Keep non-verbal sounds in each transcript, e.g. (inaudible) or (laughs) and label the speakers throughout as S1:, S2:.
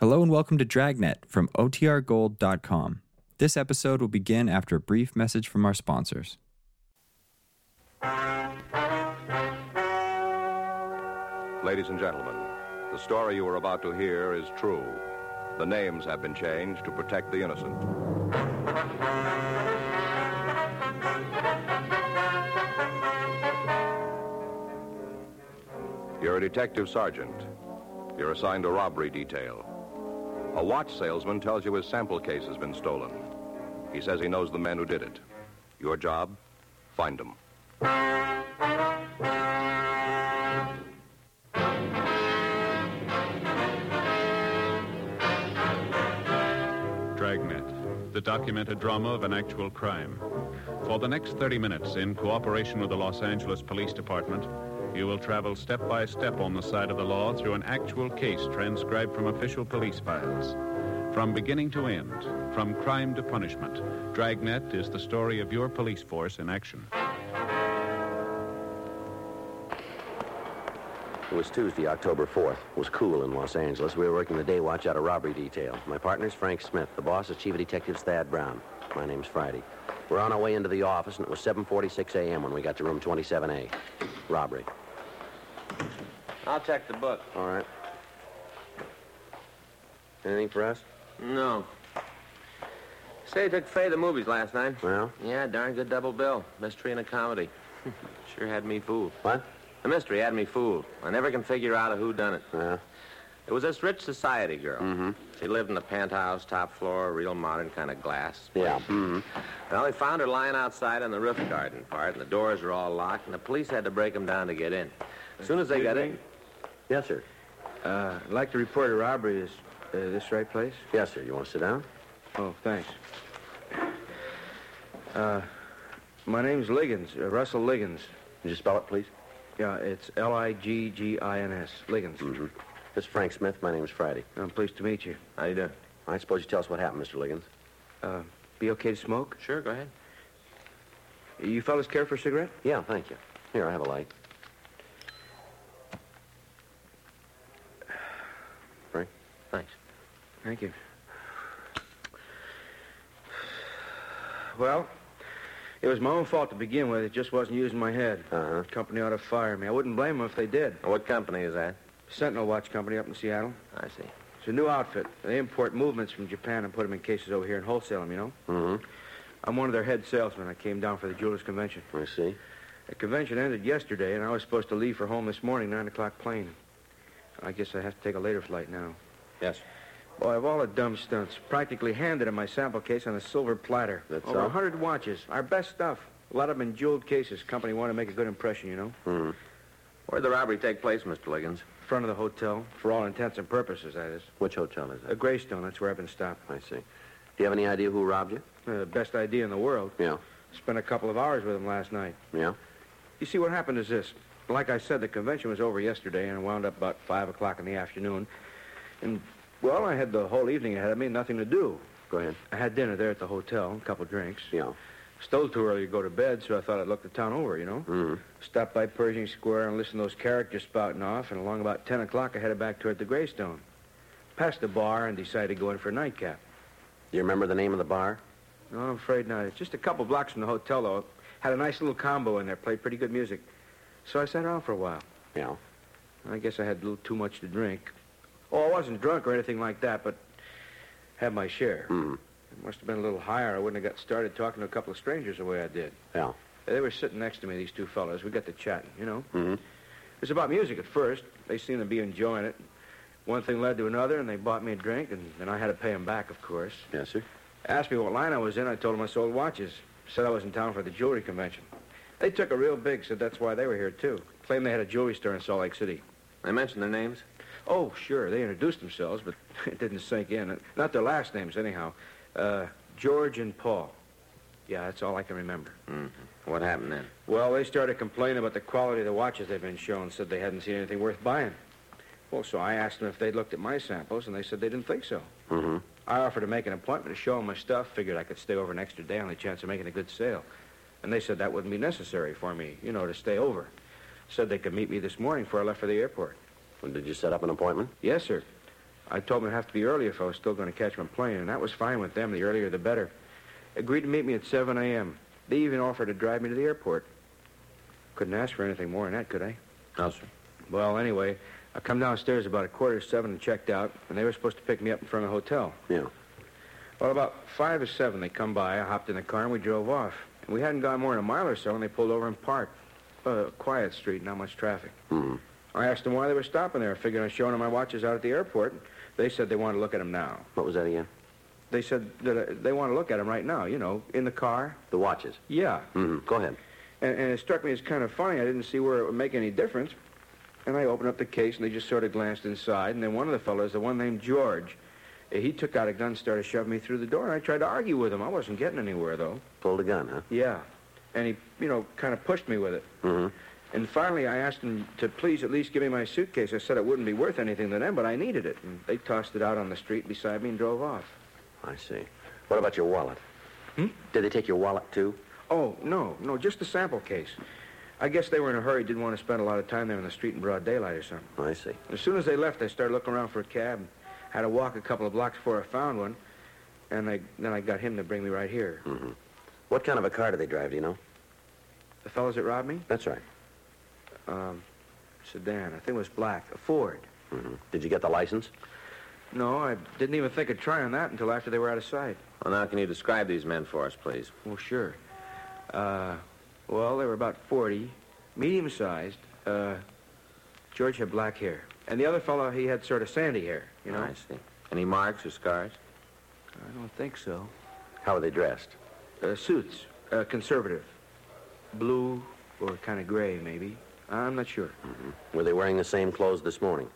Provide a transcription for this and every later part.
S1: Hello and welcome to Dragnet from OTRGold.com. This episode will begin after a brief message from our sponsors.
S2: Ladies and gentlemen, the story you are about to hear is true. The names have been changed to protect the innocent. You're a detective sergeant. You're assigned a robbery detail. A watch salesman tells you his sample case has been stolen. He says he knows the men who did it. Your job? Find them.
S3: Dragnet, the documented drama of an actual crime. For the next 30 minutes, in cooperation with the Los Angeles Police Department, you will travel step by step on the side of the law through an actual case transcribed from official police files. From beginning to end, from crime to punishment, Dragnet is the story of your police force in action.
S4: It was Tuesday, October 4th. It was cool in Los Angeles. We were working the day watch out of robbery detail. My partner's Frank Smith. The boss is Chief of Detectives Thad Brown. My name's Friday. We're on our way into the office, and it was 7.46 a.m. when we got to room 27A. Robbery.
S5: I'll check the book.
S4: All right. Anything for us?
S5: No. Say you took Faye to the movies last night.
S4: Well?
S5: Yeah, darn good double bill. Mystery and a comedy. (laughs) sure had me fooled.
S4: What?
S5: The mystery had me fooled. I never can figure out a who done it.
S6: Uh-huh.
S4: Yeah.
S5: It was this rich society girl. Mm-hmm. She lived in a penthouse, top floor, real modern kind of glass.
S4: Yeah. Hmm.
S5: Well, they found her lying outside on the roof garden part, and the doors were all locked, and the police had to break them down to get in. As soon as they got in,
S4: Yes, sir.
S6: I'd like to report a robbery. Is uh, this right place?
S4: Yes, sir. You want to sit down?
S6: Oh, thanks. Uh, my name's Liggins, uh, Russell Liggins.
S4: Could you spell it, please?
S6: Yeah, it's L-I-G-G-I-N-S, Liggins.
S4: This is Frank Smith. My name's Friday.
S6: I'm pleased to meet you.
S5: Mm-hmm. how you doing?
S4: I suppose you tell us what happened, Mr. Liggins.
S6: Uh, be okay to smoke?
S5: Sure, go ahead.
S6: You fellas care for a cigarette?
S4: Yeah, thank you. Here, I have a light. Frank?
S5: Thanks.
S6: Thank you. Well, it was my own fault to begin with. It just wasn't using my head.
S4: Uh-huh.
S6: Company ought to fire me. I wouldn't blame them if they did.
S5: Now, What company is that?
S6: Sentinel Watch Company up in Seattle.
S5: I see.
S6: It's a new outfit. They import movements from Japan and put them in cases over here and wholesale them, you know?
S5: Mm-hmm.
S4: Mhm.
S6: I'm one of their head salesmen. I came down for the jewelers' convention.
S4: I see.
S6: The convention ended yesterday, and I was supposed to leave for home this morning, 9 o'clock plane. I guess I have to take a later flight now.
S5: Yes.
S6: Boy, of all the dumb stunts, practically handed him my sample case on a silver platter.
S4: That's
S6: Over a
S4: all?
S6: 100 watches. Our best stuff. A lot of them in jeweled cases. Company wanted to make a good impression, you know?
S5: Where'd the robbery take place, Mr. Liggins?
S6: Front of the hotel, for all intents and purposes, that is.
S4: Which hotel is
S6: A
S4: it?
S6: Greystone, that's where I've been stopped.
S4: I see. Do you have any idea who robbed you?
S6: Uh, best idea in the world.
S4: Yeah.
S6: Spent a couple of hours with him last night.
S4: Yeah?
S6: You see, what happened is this. Like I said, the convention was over yesterday and wound up about 5 o'clock in the afternoon. And, well, I had the whole evening ahead of me, nothing to do.
S4: Go ahead.
S6: I had dinner there at the hotel, a couple drinks.
S4: Yeah.
S6: Stole too early to go to bed, so I thought I'd look the town over, you know?
S4: Mhm.
S6: Stopped by Pershing Square and listened to those characters spouting off, and along about 10 o'clock, I headed back toward the Greystone. Passed the bar and decided to go in for a nightcap.
S4: Do you remember the name of the bar?
S6: No, I'm afraid not. It's just a couple blocks from the hotel, though. Had a nice little combo in there, played pretty good music. So I sat around for a while.
S4: Yeah.
S6: I guess I had a little too much to drink. Oh, I wasn't drunk or anything like that, but had my share.
S4: Hmm.
S6: It must have been a little higher. I wouldn't have got started talking to a couple of strangers the way I did.
S4: Yeah.
S6: They were sitting next to me, these two fellows. We got to chatting, you know?
S4: Mhm.
S6: It was about music at first. They seemed to be enjoying it. One thing led to another, and they bought me a drink, and then I had to pay them back, of course.
S4: Yes, sir.
S6: Asked me what line I was in. I told them I sold watches. Said I was in town for the jewelry convention. They took a real big, said that's why they were here, too. Claimed they had a jewelry store in Salt Lake City.
S5: They mentioned their names?
S6: Oh, sure. They introduced themselves, but (laughs) it didn't sink in. Not their last names, anyhow. Uh, George and Paul. Yeah, that's all I can remember.
S5: What happened then?
S6: Well, they started complaining about the quality of the watches they've been shown, said they hadn't seen anything worth buying. Well, so I asked them if they'd looked at my samples, and they said they didn't think so.
S4: Mhm.
S6: I offered to make an appointment to show them my stuff, figured I could stay over an extra day on the chance of making a good sale. And they said that wouldn't be necessary for me, you know, to stay over. Said they could meet me this morning before I left for the airport.
S4: Well, did you set up an appointment?
S6: Yes, sir. I told them it'd have to be early if I was still going to catch them playing, and that was fine with them. The earlier, the better. Agreed to meet me at 7 a.m. They even offered to drive me to the airport. Couldn't ask for anything more than that, could I?
S5: No, sir.
S6: Well, anyway, I come downstairs about a quarter to seven and checked out, and they were supposed to pick me up in front of the hotel.
S4: Yeah.
S6: Well, about five or seven, they come by. I hopped in the car and we drove off. And we hadn't gone more than a mile or so when they pulled over and parked. A quiet street, not much traffic.
S4: Mhm.
S6: I asked them why they were stopping there, figuring on showing them my watches out at the airport. They said they wanted to look at them now.
S4: What was that again?
S6: They said that uh, they want to look at them right now, you know, in the car.
S4: The watches.
S6: Yeah.
S4: Mm-hmm. Go ahead.
S6: And, and it struck me as kind of funny. I didn't see where it would make any difference. And I opened up the case, and they just sort of glanced inside. And then one of the fellows, the one named George, eh, he took out a gun, started shoving me through the door. And I tried to argue with him. I wasn't getting anywhere, though.
S4: Pulled a gun, huh?
S6: Yeah. Mm-hmm. And he, you know, kind of pushed me with it.
S4: Mhm.
S6: And finally, I asked him to please at least give me my suitcase. I said it wouldn't be worth anything to them, but I needed it. And they tossed it out on the street beside me and drove off.
S4: I see. What about your wallet?
S6: Hmm?
S4: Did they take your wallet, too?
S6: Oh, no, no, just the sample case. I guess they were in a hurry, didn't want to spend a lot of time there in the street in broad daylight or something.
S4: I see.
S6: As soon as they left, I started looking around for a cab. Had to walk a couple of blocks before I found one, and I, then I got him to bring me right here.
S4: What kind of a car do they drive, do you know?
S6: The fellas that robbed me?
S4: That's right.
S6: Um, sedan. I think it was black. A Ford.
S4: hmm
S5: Mm-hmm.
S4: Did you get the license?
S6: No, I didn't even think of trying that until after they were out of sight.
S5: Well, now, can you describe these men for us, please?
S6: Well, sure. Uh, well, they were about 40, medium-sized. Uh, George had black hair. And the other fellow, he had sort of sandy hair, you know?
S5: I see. Any marks or scars?
S6: I don't think so.
S4: How were they dressed?
S6: Uh, suits. Uh, conservative. Blue or kind of gray, maybe. I'm not sure.
S4: Were they wearing the same clothes this morning?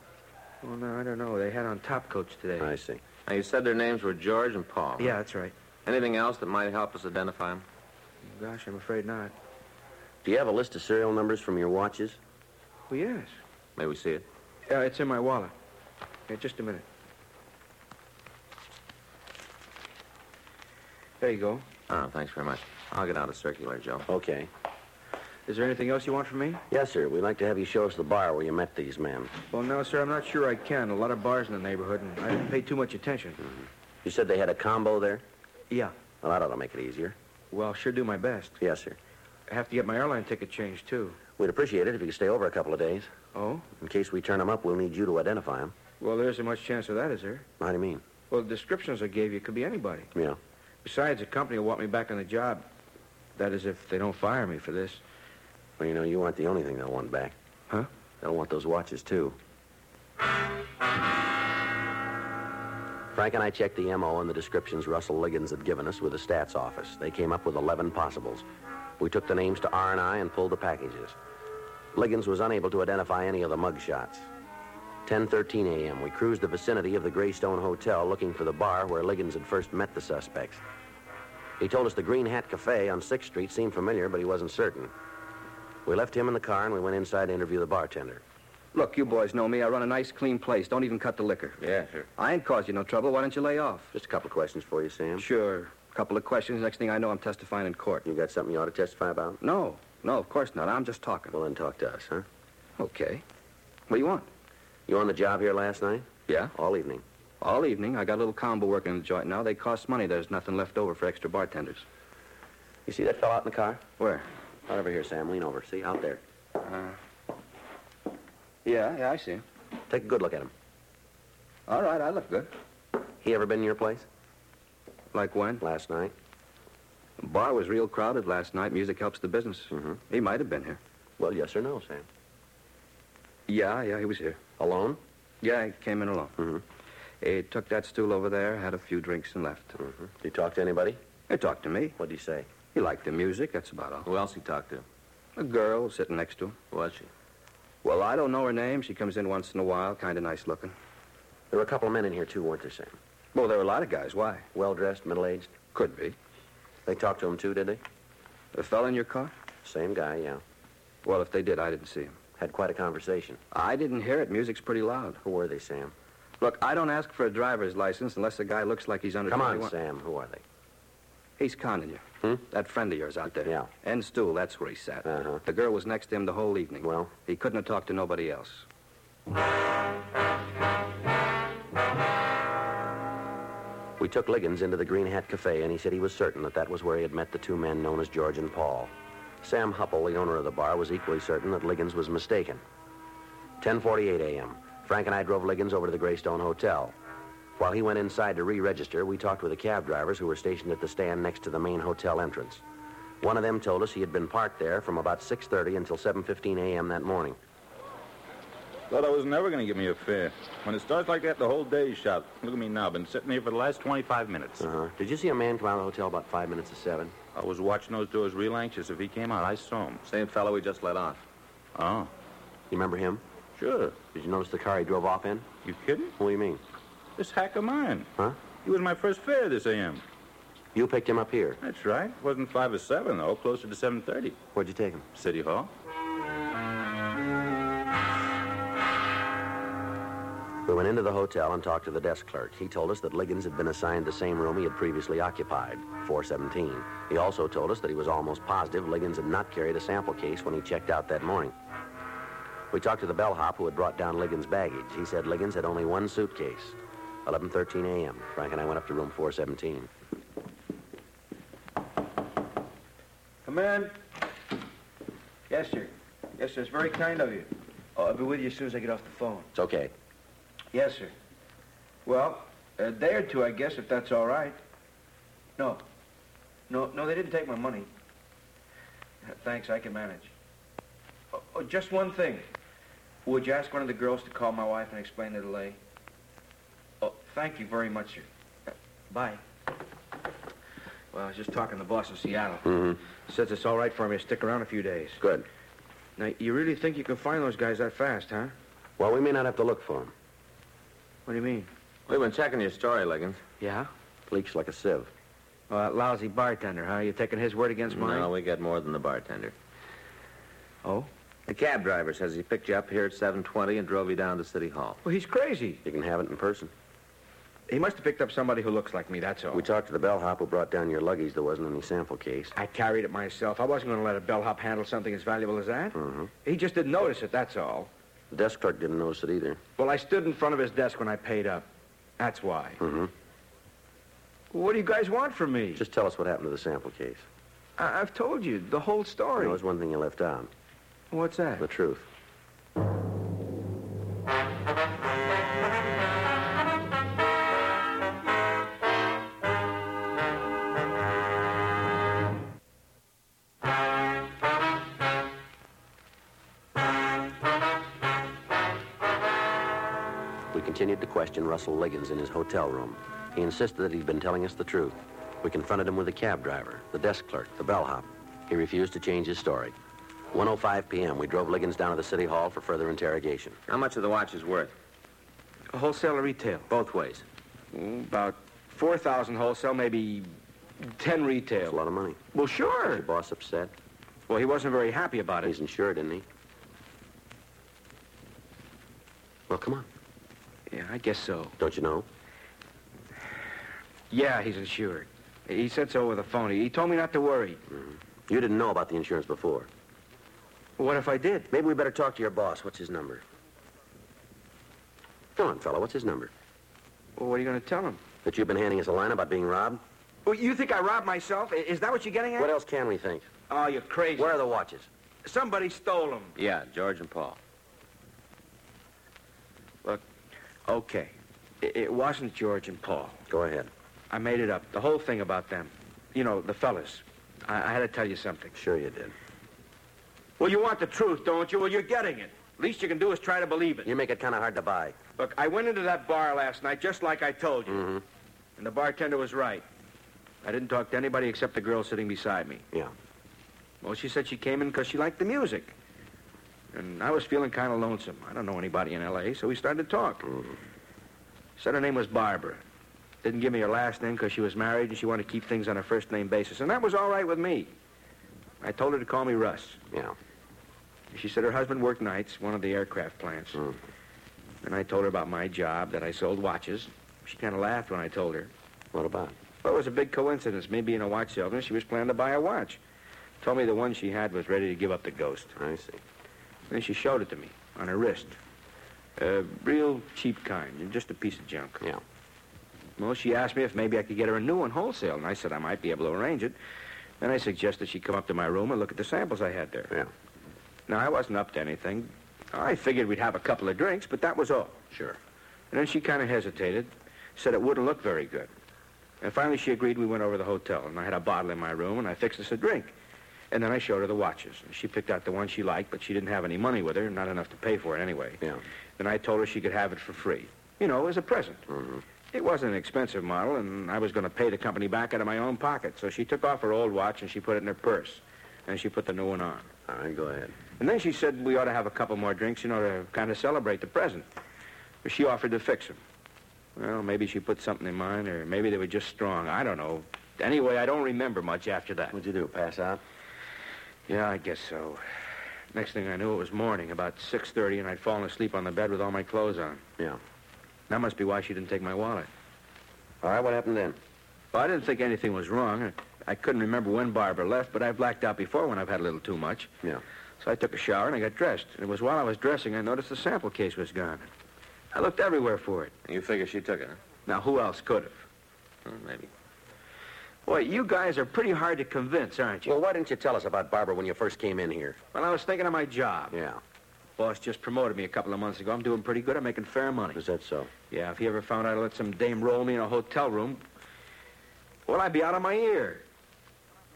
S6: Well, no, I don't know. They had on top coats today.
S4: I see.
S5: Now, you said their names were George and Paul.
S6: Yeah, that's right.
S5: Anything else that might help us identify them?
S6: Gosh, I'm afraid not.
S4: Do you have a list of serial numbers from your watches?
S6: Well, Oh, yes.
S5: May we see it?
S6: Uh, it's in my wallet. Yeah, just a minute. There you go.
S5: Oh, thanks very much. I'll get out a circular, Joe.
S4: Okay.
S6: Is there anything else you want from me?
S4: Yes, sir. We'd like to have you show us the bar where you met these men.
S6: Well, no, sir. I'm not sure I can. A lot of bars in the neighborhood, and I didn't pay too much attention.
S4: You said they had a combo there?
S6: Yeah.
S4: Well, that ought to make it easier.
S6: Well, I'll sure do my best.
S4: Yes, sir.
S6: I have to get my airline ticket changed, too.
S4: We'd appreciate it if you could stay over a couple of days.
S6: Oh?
S4: In case we turn them up, we'll need you to identify them.
S6: Well, there isn't much chance of that, is there?
S4: How do you mean?
S6: Well, the descriptions I gave you could be anybody.
S4: Yeah.
S6: Besides, the company will want me back on the job. That is, if they don't fire me for this.
S4: Well, you know, you aren't the only thing they'll want back.
S6: Huh?
S4: They'll want those watches, too. Frank and I checked the MO and the descriptions Russell Liggins had given us with the stats office. They came up with 11 possibles. We took the names to R&I and pulled the packages. Liggins was unable to identify any of the mug shots. 10:13 a.m. We cruised the vicinity of the Greystone Hotel looking for the bar where Liggins had first met the suspects. He told us the Green Hat Cafe on 6th Street seemed familiar, but he wasn't certain. We left him in the car and we went inside to interview the bartender.
S7: Look, you boys know me. I run a nice, clean place. Don't even cut the liquor.
S5: Yeah, sure.
S7: I ain't caused you no trouble. Why don't you lay off?
S4: Just a couple of questions for you, Sam.
S6: Mm-hmm.
S7: Sure. Couple of questions. Next thing I know, I'm testifying in court.
S4: You got something you ought to testify about?
S7: No, no, of course not. I'm just talking.
S4: Well, then talk to us, huh?
S7: Okay. What do you want?
S4: You on the job here last night?
S7: Yeah?
S4: All evening.
S7: All evening. I got a little combo working in the joint now. They cost money. There's nothing left over for extra bartenders.
S4: You see that fellow out in the car?
S7: Where?
S4: Out over here, Sam. Lean over. See, out there.
S7: Yeah, yeah, I see. him.
S4: Take a good look at him.
S7: All right, I look good.
S4: He ever been in your place?
S7: Like when?
S4: Last night?
S7: Bar was real crowded last night. Music helps the business.
S4: Mhm.
S7: He might have been here.
S4: Well, yes or no, Sam.
S7: Yeah, yeah, he was here.
S4: Alone?
S7: Yeah, he came in alone.
S4: Mhm.
S7: He took that stool over there, had a few drinks, and left.
S4: Mm-hmm. Did he talk to anybody?
S7: He talked to me.
S4: What'd he say?
S7: He liked the music. That's about all.
S5: Who else he talked to?
S7: A girl sitting next to him.
S5: Who was she?
S7: Well, I don't know her name. She comes in once in a while, kind of nice looking.
S4: There were a couple of men in here, too, weren't there, Sam?
S7: Well, there were a lot of guys. Why?
S4: Well-dressed, middle-aged.
S7: Could be.
S4: They talked to him, too, did they?
S7: The fella in your car?
S4: Same guy, yeah.
S7: Well, if they did, I didn't see him.
S4: Had quite a conversation.
S7: I didn't hear it. Music's pretty loud.
S4: Who were they, Sam?
S7: Look, I don't ask for a driver's license unless the guy looks like he's under
S4: Come on,
S7: 21.
S4: Sam. Who are they?
S7: He's conning you.
S4: Hmm?
S7: That friend of yours out there.
S4: Yeah.
S7: End stool, that's where he sat.
S4: Uh-huh.
S7: The girl was next to him the whole evening.
S4: Well?
S7: He couldn't have talked to nobody else.
S4: We took Liggins into the Green Hat Cafe, and he said he was certain that that was where he had met the two men known as George and Paul. Sam Huppel, the owner of the bar, was equally certain that Liggins was mistaken. 10:48 a.m. Frank and I drove Liggins over to the Greystone Hotel. While he went inside to re-register, we talked with the cab drivers who were stationed at the stand next to the main hotel entrance. One of them told us he had been parked there from about 6:30 until 7:15 a.m. that morning.
S8: Thought I was never going to give me a fare. When it starts like that, the whole day's shot. Look at me now. Been sitting here for the last 25 minutes.
S4: Uh-huh. Did you see a man come out of the hotel about five minutes to seven?
S8: I was watching those doors real anxious. If he came out, I saw him.
S5: Same fellow we just let off.
S8: Oh,
S4: You remember him?
S8: sure.
S4: Did you notice the car he drove off in?
S8: You kidding?
S4: What do you mean?
S8: This hack of mine.
S4: Huh?
S8: He was my first fare this AM.
S4: You picked him up here.
S8: That's right. Wasn't five or seven though. Closer to 7:30.
S4: Where'd you take him?
S8: City Hall.
S4: We went into the hotel and talked to the desk clerk. He told us that Liggins had been assigned the same room he had previously occupied, 417. He also told us that he was almost positive Liggins had not carried a sample case when he checked out that morning. We talked to the bellhop who had brought down Liggins' baggage. He said Liggins had only one suitcase. 11:13 a.m. Frank and I went up to room 417.
S6: Come in. Yes, sir. Yes, sir. It's very kind of you. Oh, I'll be with you as soon as I get off the phone.
S4: It's okay.
S6: Yes, sir. Well, a day or two, I guess, if that's all right. No. No, no, they didn't take my money. Thanks, I can manage. Oh, oh, just one thing. Would you ask one of the girls to call my wife and explain the delay? Oh, thank you very much, sir. Uh, Bye. Well, I was just talking to the boss of Seattle. Says it's all right for me to stick around a few days.
S4: Good.
S6: Now, you really think you can find those guys that fast, huh?
S4: Well, we may not have to look for him.
S6: What do you mean?
S5: We've been checking your story, Liggins.
S6: Yeah?
S4: Leaks like a sieve.
S6: Oh, that lousy bartender, huh? You taking his word against mine?
S5: No, we got more than the bartender.
S6: Oh?
S5: The cab driver says he picked you up here at 7.20 and drove you down to City Hall.
S6: Well, he's crazy.
S4: You can have it in person.
S6: He must have picked up somebody who looks like me, that's all.
S4: We talked to the bellhop who brought down your luggage. There wasn't any sample case.
S6: I carried it myself. I wasn't going to let a bellhop handle something as valuable as that.
S4: Mhm.
S6: He just didn't notice it, that's all.
S4: The desk clerk didn't notice it either.
S6: Well, I stood in front of his desk when I paid up. That's why.
S4: Mhm.
S6: What do you guys want from me?
S4: Just tell us what happened to the sample case.
S6: I- I've told you the whole story.
S4: There was one thing you left out.
S6: What's that?
S4: The truth. We continued to question Russell Liggins in his hotel room. He insisted that he'd been telling us the truth. We confronted him with the cab driver, the desk clerk, the bellhop. He refused to change his story. 1.05 p.m., we drove Liggins down to the city hall for further interrogation.
S5: How much of the watch is worth?
S6: Wholesale or retail?
S5: Both ways.
S6: Mm, About 4,000 wholesale, maybe 10
S4: That's a
S6: retail.
S4: lot of money.
S6: Well,
S4: Is your
S6: sure.
S4: boss upset?
S6: Well, he wasn't very happy about it.
S4: He's insured, isn't he? Well, come on.
S6: Yeah, I guess so.
S4: Don't you know?
S6: Yeah, he's insured. He said so over the phone. He told me not to worry.
S4: You didn't know about the insurance before.
S6: What if I did?
S4: Maybe we better talk to your boss. What's his number? Come on, fella. What's his number?
S6: Well, what are you going to tell him?
S4: That you've been handing us a line about being robbed?
S6: Well, you think I robbed myself? I- Is that what you're getting at?
S4: What else can we think?
S6: Oh, you're crazy.
S4: Where are the watches?
S6: Somebody stole him.
S5: Yeah, George and Paul.
S6: Okay. I- It wasn't George and Paul.
S4: Go ahead.
S6: I made it up. The whole thing about them. You know, the fellas. I, I had to tell you something.
S4: Sure you did.
S6: Well, you want the truth, don't you? Well, you're getting it. Least you can do is try to believe it.
S4: You make it kind of hard to buy.
S6: Look, I went into that bar last night just like I told you. And the bartender was right. I didn't talk to anybody except the girl sitting beside me.
S4: Yeah.
S6: Well, she said she came in because she liked the music. And I was feeling kind of lonesome. I don't know anybody in L.A., so we started to talk. Said her name was Barbara. Didn't give me her last name because she was married and she wanted to keep things on a first name basis. And that was all right with me. I told her to call me Russ.
S4: Yeah.
S6: She said her husband worked nights, one of the aircraft plants.
S4: Mm.
S6: And I told her about my job, that I sold watches. She kind of laughed when I told her.
S4: What about?
S6: Well, it was a big coincidence, me being a watch salesman. She was planning to buy a watch. Told me the one she had was ready to give up the ghost.
S4: I see.
S6: Then she showed it to me on her wrist. Uh, real cheap kind, just a piece of junk.
S4: Yeah.
S6: Well, she asked me if maybe I could get her a new one wholesale, and I said I might be able to arrange it. Then I suggested she come up to my room and look at the samples I had there.
S4: Yeah.
S6: Now, I wasn't up to anything. I figured we'd have a couple of drinks, but that was all. Sure. And then she kind of hesitated, said it wouldn't look very good. And finally, she agreed we went over to the hotel, and I had a bottle in my room, and I fixed us a drink. And then I showed her the watches. And she picked out the one she liked, but she didn't have any money with her, not enough to pay for it anyway.
S4: Yeah.
S6: Then I told her she could have it for free. You know, as a present. It wasn't an expensive model, and I was going to pay the company back out of my own pocket. So she took off her old watch and she put it in her purse. And she put the new one on.
S4: All right, go ahead.
S6: And then she said we ought to have a couple more drinks, you know, to kind of celebrate the present. But she offered to fix them. Well, maybe she put something in mine, or maybe they were just strong. I don't know. Anyway, I don't remember much after that.
S4: What'd you do? Pass out?
S6: Yeah, I guess so. Next thing I knew, it was morning, about 6.30, and I'd fallen asleep on the bed with all my clothes on.
S4: Yeah.
S6: That must be why she didn't take my wallet.
S4: All right, what happened then?
S6: Well, Oh, I didn't think anything was wrong. I- I couldn't remember when Barbara left, but I blacked out before when I've had a little too much.
S4: Yeah.
S6: So I took a shower and I got dressed. And it was while I was dressing I noticed the sample case was gone. I looked everywhere for it.
S5: You figure she took it, huh?
S6: Now, who else could have?
S5: Well, maybe.
S6: Boy, you guys are pretty hard to convince, aren't you?
S4: Well, why didn't you tell us about Barbara when you first came in here?
S6: Well, I was thinking of my job.
S4: Yeah.
S6: Boss just promoted me a couple of months ago. I'm doing pretty good. I'm making fair money.
S4: Is that so?
S6: Yeah, if he ever found out I let some dame roll me in a hotel room, well, I'd be out of my ear.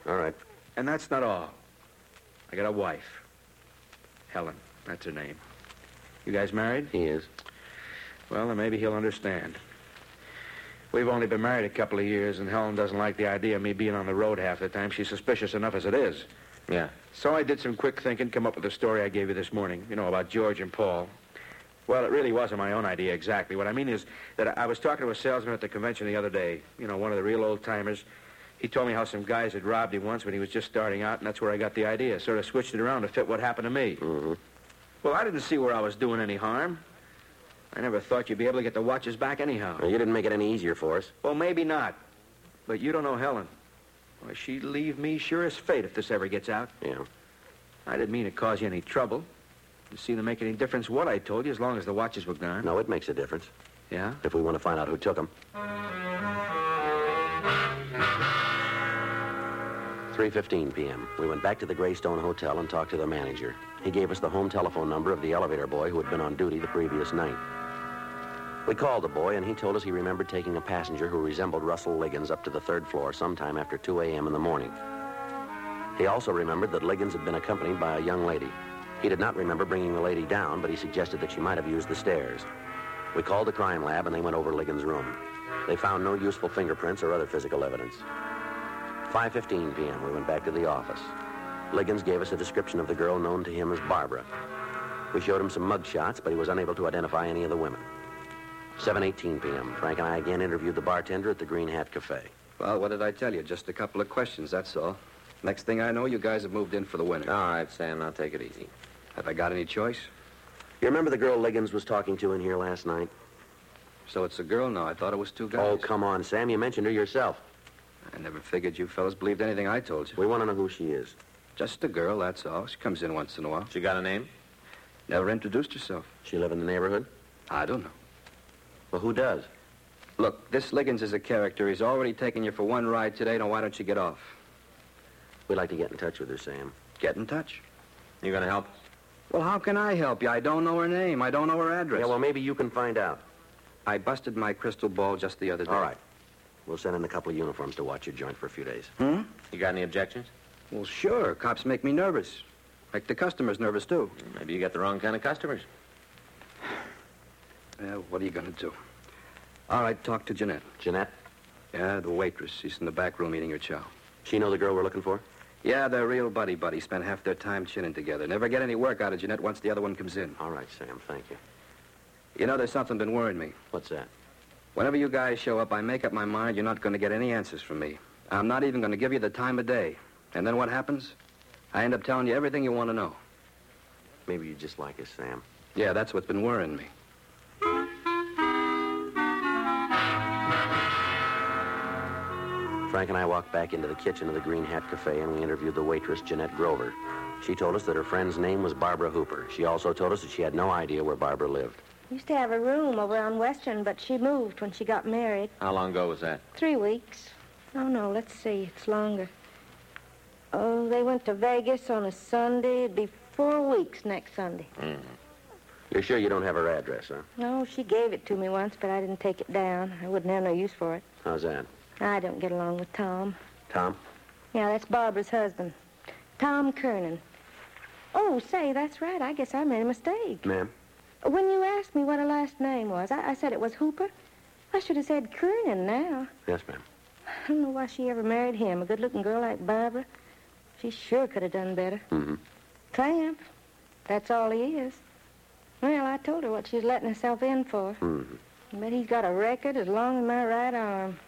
S4: All right.
S6: And that's not all. I got a wife. Helen, that's her name. You guys married?
S4: He is.
S6: Well, then maybe he'll understand. We've only been married a couple of years, and Helen doesn't like the idea of me being on the road half the time. She's suspicious enough as it is.
S5: Yeah.
S6: So I did some quick thinking, come up with the story I gave you this morning, you know, about George and Paul. Well, it really wasn't my own idea exactly. What I mean is that I- I was talking to a salesman at the convention the other day, you know, one of the real old timers. He told me how some guys had robbed him once when he was just starting out, and that's where I got the idea. Sort of switched it around to fit what happened to me. Mm-hmm. Well, I didn't see where I was doing any harm. I never thought you'd be able to get the watches back anyhow.
S4: Well, you didn't make it any easier for us.
S6: Well, maybe not. But you don't know Helen. Why, she'd leave me sure as fate if this ever gets out.
S4: Yeah.
S6: I didn't mean to cause you any trouble. It seemed to make any difference what I told you as long as the watches were gone.
S4: No, it makes a difference
S6: Yeah?
S4: if we want to find out who took them. 3.15 p.m. We went back to the Greystone Hotel and talked to the manager. He gave us the home telephone number of the elevator boy who had been on duty the previous night. We called the boy, and he told us he remembered taking a passenger who resembled Russell Liggins up to the third floor sometime after 2 a.m. in the morning. He also remembered that Liggins had been accompanied by a young lady. He did not remember bringing the lady down, but he suggested that she might have used the stairs. We called the crime lab, and they went over Liggins' room. They found no useful fingerprints or other physical evidence. 5.15 p.m., we went back to the office. Liggins gave us a description of the girl known to him as Barbara. We showed him some mug shots, but he was unable to identify any of the women. 7.18 p.m., Frank and I again interviewed the bartender at the Green Hat Cafe.
S7: Well, what did I tell you? Just a couple of questions, that's all. Next thing I know, you guys have moved in for the winter.
S5: All right, Sam, now take it easy.
S7: Have I got any choice?
S4: You remember the girl Liggins was talking to in here last night?
S7: So it's a girl now. I thought it was two guys.
S4: Oh, come on, Sam. You mentioned her yourself.
S7: I never figured you fellas believed anything I told you.
S4: We want to know who she is.
S7: Just a girl, that's all. She comes in once in a while.
S5: She got a name?
S7: Never introduced herself.
S4: She live in the neighborhood?
S7: I don't know.
S4: Well, who does?
S7: Look, this Liggins is a character. He's already taken you for one ride today. Now, why don't you get off?
S4: We'd like to get in touch with her, Sam.
S7: Get in touch.
S5: You gonna help?
S7: Well, how can I help you? I don't know her name. I don't know her address.
S4: Yeah, well, maybe you can find out.
S7: I busted my crystal ball just the other day.
S4: All right. We'll send in a couple of uniforms to watch your joint for a few days.
S5: You got any objections?
S7: Well, sure. Cops make me nervous. Make the customers nervous, too.
S5: Maybe you got the wrong kind of customers.
S7: Yeah, what are you going to do? All right, talk to Jeanette.
S4: Jeanette,
S7: Yeah, the waitress. She's in the back room eating her chow.
S4: she know the girl we're looking for?
S7: Yeah, they're real buddy-buddy. Spend half their time chinning together. Never get any work out of Jeanette once the other one comes in.
S4: All right, Sam. Thank you.
S7: You know, there's something been worrying me.
S4: What's that?
S7: Whenever you guys show up, I make up my mind you're not going to get any answers from me. I'm not even going to give you the time of day. And then what happens? I end up telling you everything you want to know.
S4: Maybe you just like us, Sam.
S7: Yeah, that's what's been worrying me.
S4: Frank and I walked back into the kitchen of the Green Hat Cafe and we interviewed the waitress, Jeanette Grover. She told us that her friend's name was Barbara Hooper. She also told us that she had no idea where Barbara lived.
S9: Used to have a room over on Western, but she moved when she got married.
S10: How long ago was that?
S9: Three weeks. Oh, no, let's see. It's longer. Oh, they went to Vegas on a Sunday. It'd be four weeks next Sunday.
S4: You're sure you don't have her address, huh?
S9: No, she gave it to me once, but I didn't take it down. I wouldn't have no use for it.
S4: How's that?
S9: I don't get along with Tom.
S4: Tom?
S9: Yeah, that's Barbara's husband, Tom Kernan. Oh, say, that's right. I guess I made a mistake.
S4: Ma'am?
S9: When you asked me what her last name was, I, I said it was Hooper. I should have said Kernan now.
S4: Yes, ma'am.
S9: I don't know why she ever married him, a good-looking girl like Barbara. She sure could have done better.
S4: Mm-hmm.
S9: Tramp. That's all he is. Well, I told her what she's letting herself in for.
S4: Mm-hmm.
S9: But he's got a record as long as my right arm.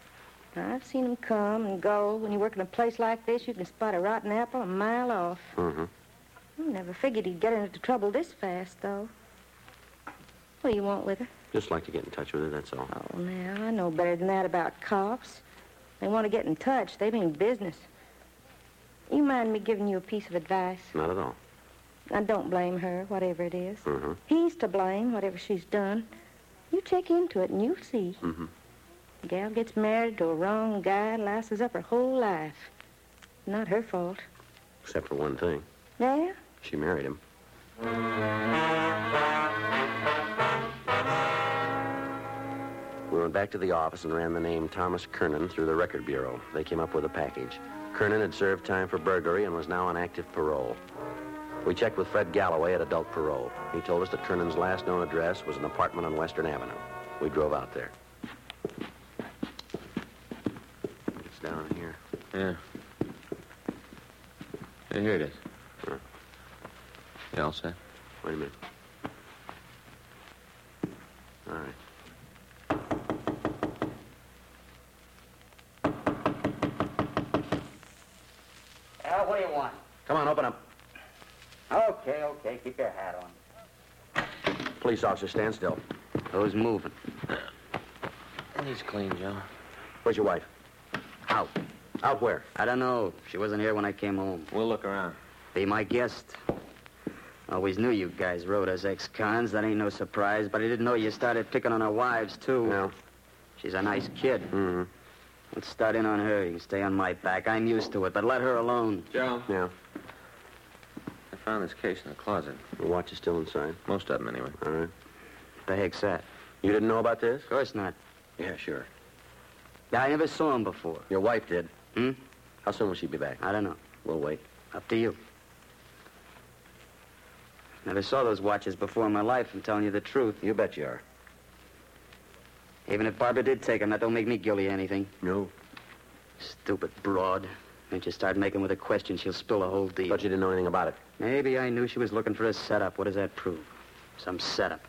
S9: I've seen him come and go. When you work in a place like this, you can spot a rotten apple a mile off.
S4: Mm-hmm.
S9: I never figured he'd get into trouble this fast, though. What do you want with her?
S4: Just like to get in touch with her, that's all.
S9: Oh, now, I know better than that about cops. They want to get in touch. They mean business. You mind me giving you a piece of advice?
S4: Not at all.
S9: I don't blame her, whatever it is.
S4: Mm-hmm.
S9: He's to blame, whatever she's done. You check into it and you'll see.
S4: Mm-hmm.
S9: Gal gets married to a wrong guy and lasses up her whole life. Not her fault.
S4: Except for one thing.
S9: Yeah?
S4: She married him. We went back to the office and ran the name Thomas Kernan through the record bureau. They came up with a package. Kernan had served time for burglary and was now on active parole. We checked with Fred Galloway at adult parole. He told us that Kernan's last known address was an apartment on Western Avenue. We drove out there. It's down here.
S10: Yeah. yeah here it is.
S4: Huh.
S10: You all set?
S4: Wait a minute. All right.
S6: Al, what do you want?
S4: Come on, open up.
S6: Okay, okay, keep your hat on.
S4: Police officer, stand still.
S10: Who's moving? He's clean, Joe.
S4: Where's your wife? Out. Out where?
S6: I don't know. She wasn't here when I came home.
S10: We'll look around.
S6: Be my guest. Always knew you guys rode as ex-cons. That ain't no surprise. But I didn't know you started picking on our wives, too.
S4: No.
S6: She's a nice kid.
S4: Mm-hmm.
S6: Let's start in on her. You can stay on my back. I'm used to it, but let her alone.
S10: Joe,
S4: Yeah.
S10: I found this case in the closet.
S4: Your watch is still inside.
S10: Most of them, anyway.
S4: All right.
S6: The heck's that?
S4: You didn't know about this?
S6: Of course not.
S4: Yeah, sure.
S6: I never saw him before.
S4: Your wife did.
S6: Hmm?
S4: How soon will she be back?
S6: I don't know.
S4: We'll wait.
S6: Up to you. Never saw those watches before in my life, I'm telling you the truth.
S4: You bet you are.
S6: Even if Barbara did take them, that don't make me guilty of anything.
S4: No.
S6: Stupid broad. Once you start making with a question, she'll spill the whole deal.
S4: But you didn't know anything about it.
S6: Maybe I knew she was looking for a setup. What does that prove? Some setup.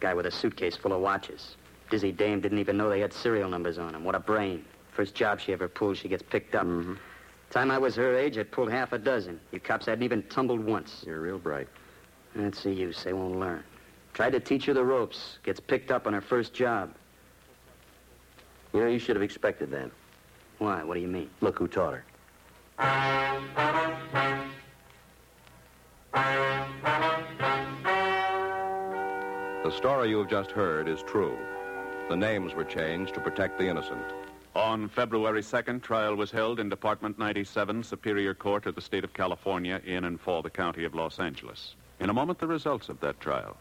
S6: Guy with a suitcase full of watches. Dizzy dame didn't even know they had serial numbers on them. What a brain. First job she ever pulled, she gets picked up.
S4: Mm-hmm.
S6: Time I was her age, I'd pulled half a dozen. You cops hadn't even tumbled once.
S4: You're real bright.
S6: That's the use. They won't learn. Tried to teach her the ropes. Gets picked up on her first job.
S4: You know, you should have expected that.
S6: Why? What do you mean?
S4: Look who taught her.
S2: The story you have just heard is true. The names were changed to protect the innocent.
S3: On February 2nd, trial was held in Department 97, Superior Court of the State of California, in and for the County of Los Angeles. In a moment, the results of that trial.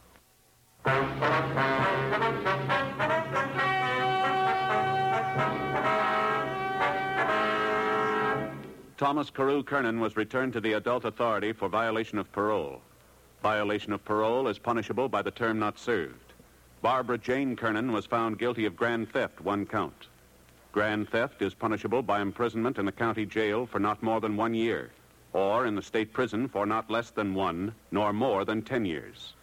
S3: Thomas Carew Kernan was returned to the adult authority for violation of parole. Violation of parole is punishable by the term not served. Barbara Jane Kernan was found guilty of grand theft, one count. Grand theft is punishable by imprisonment in the county jail for not more than one year, or in the state prison for not less than one, nor more than ten years.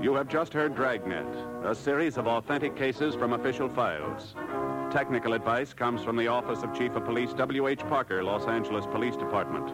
S3: You have just heard Dragnet, a series of authentic cases from official files. Technical advice comes from the Office of Chief of Police W.H. Parker, Los Angeles Police Department.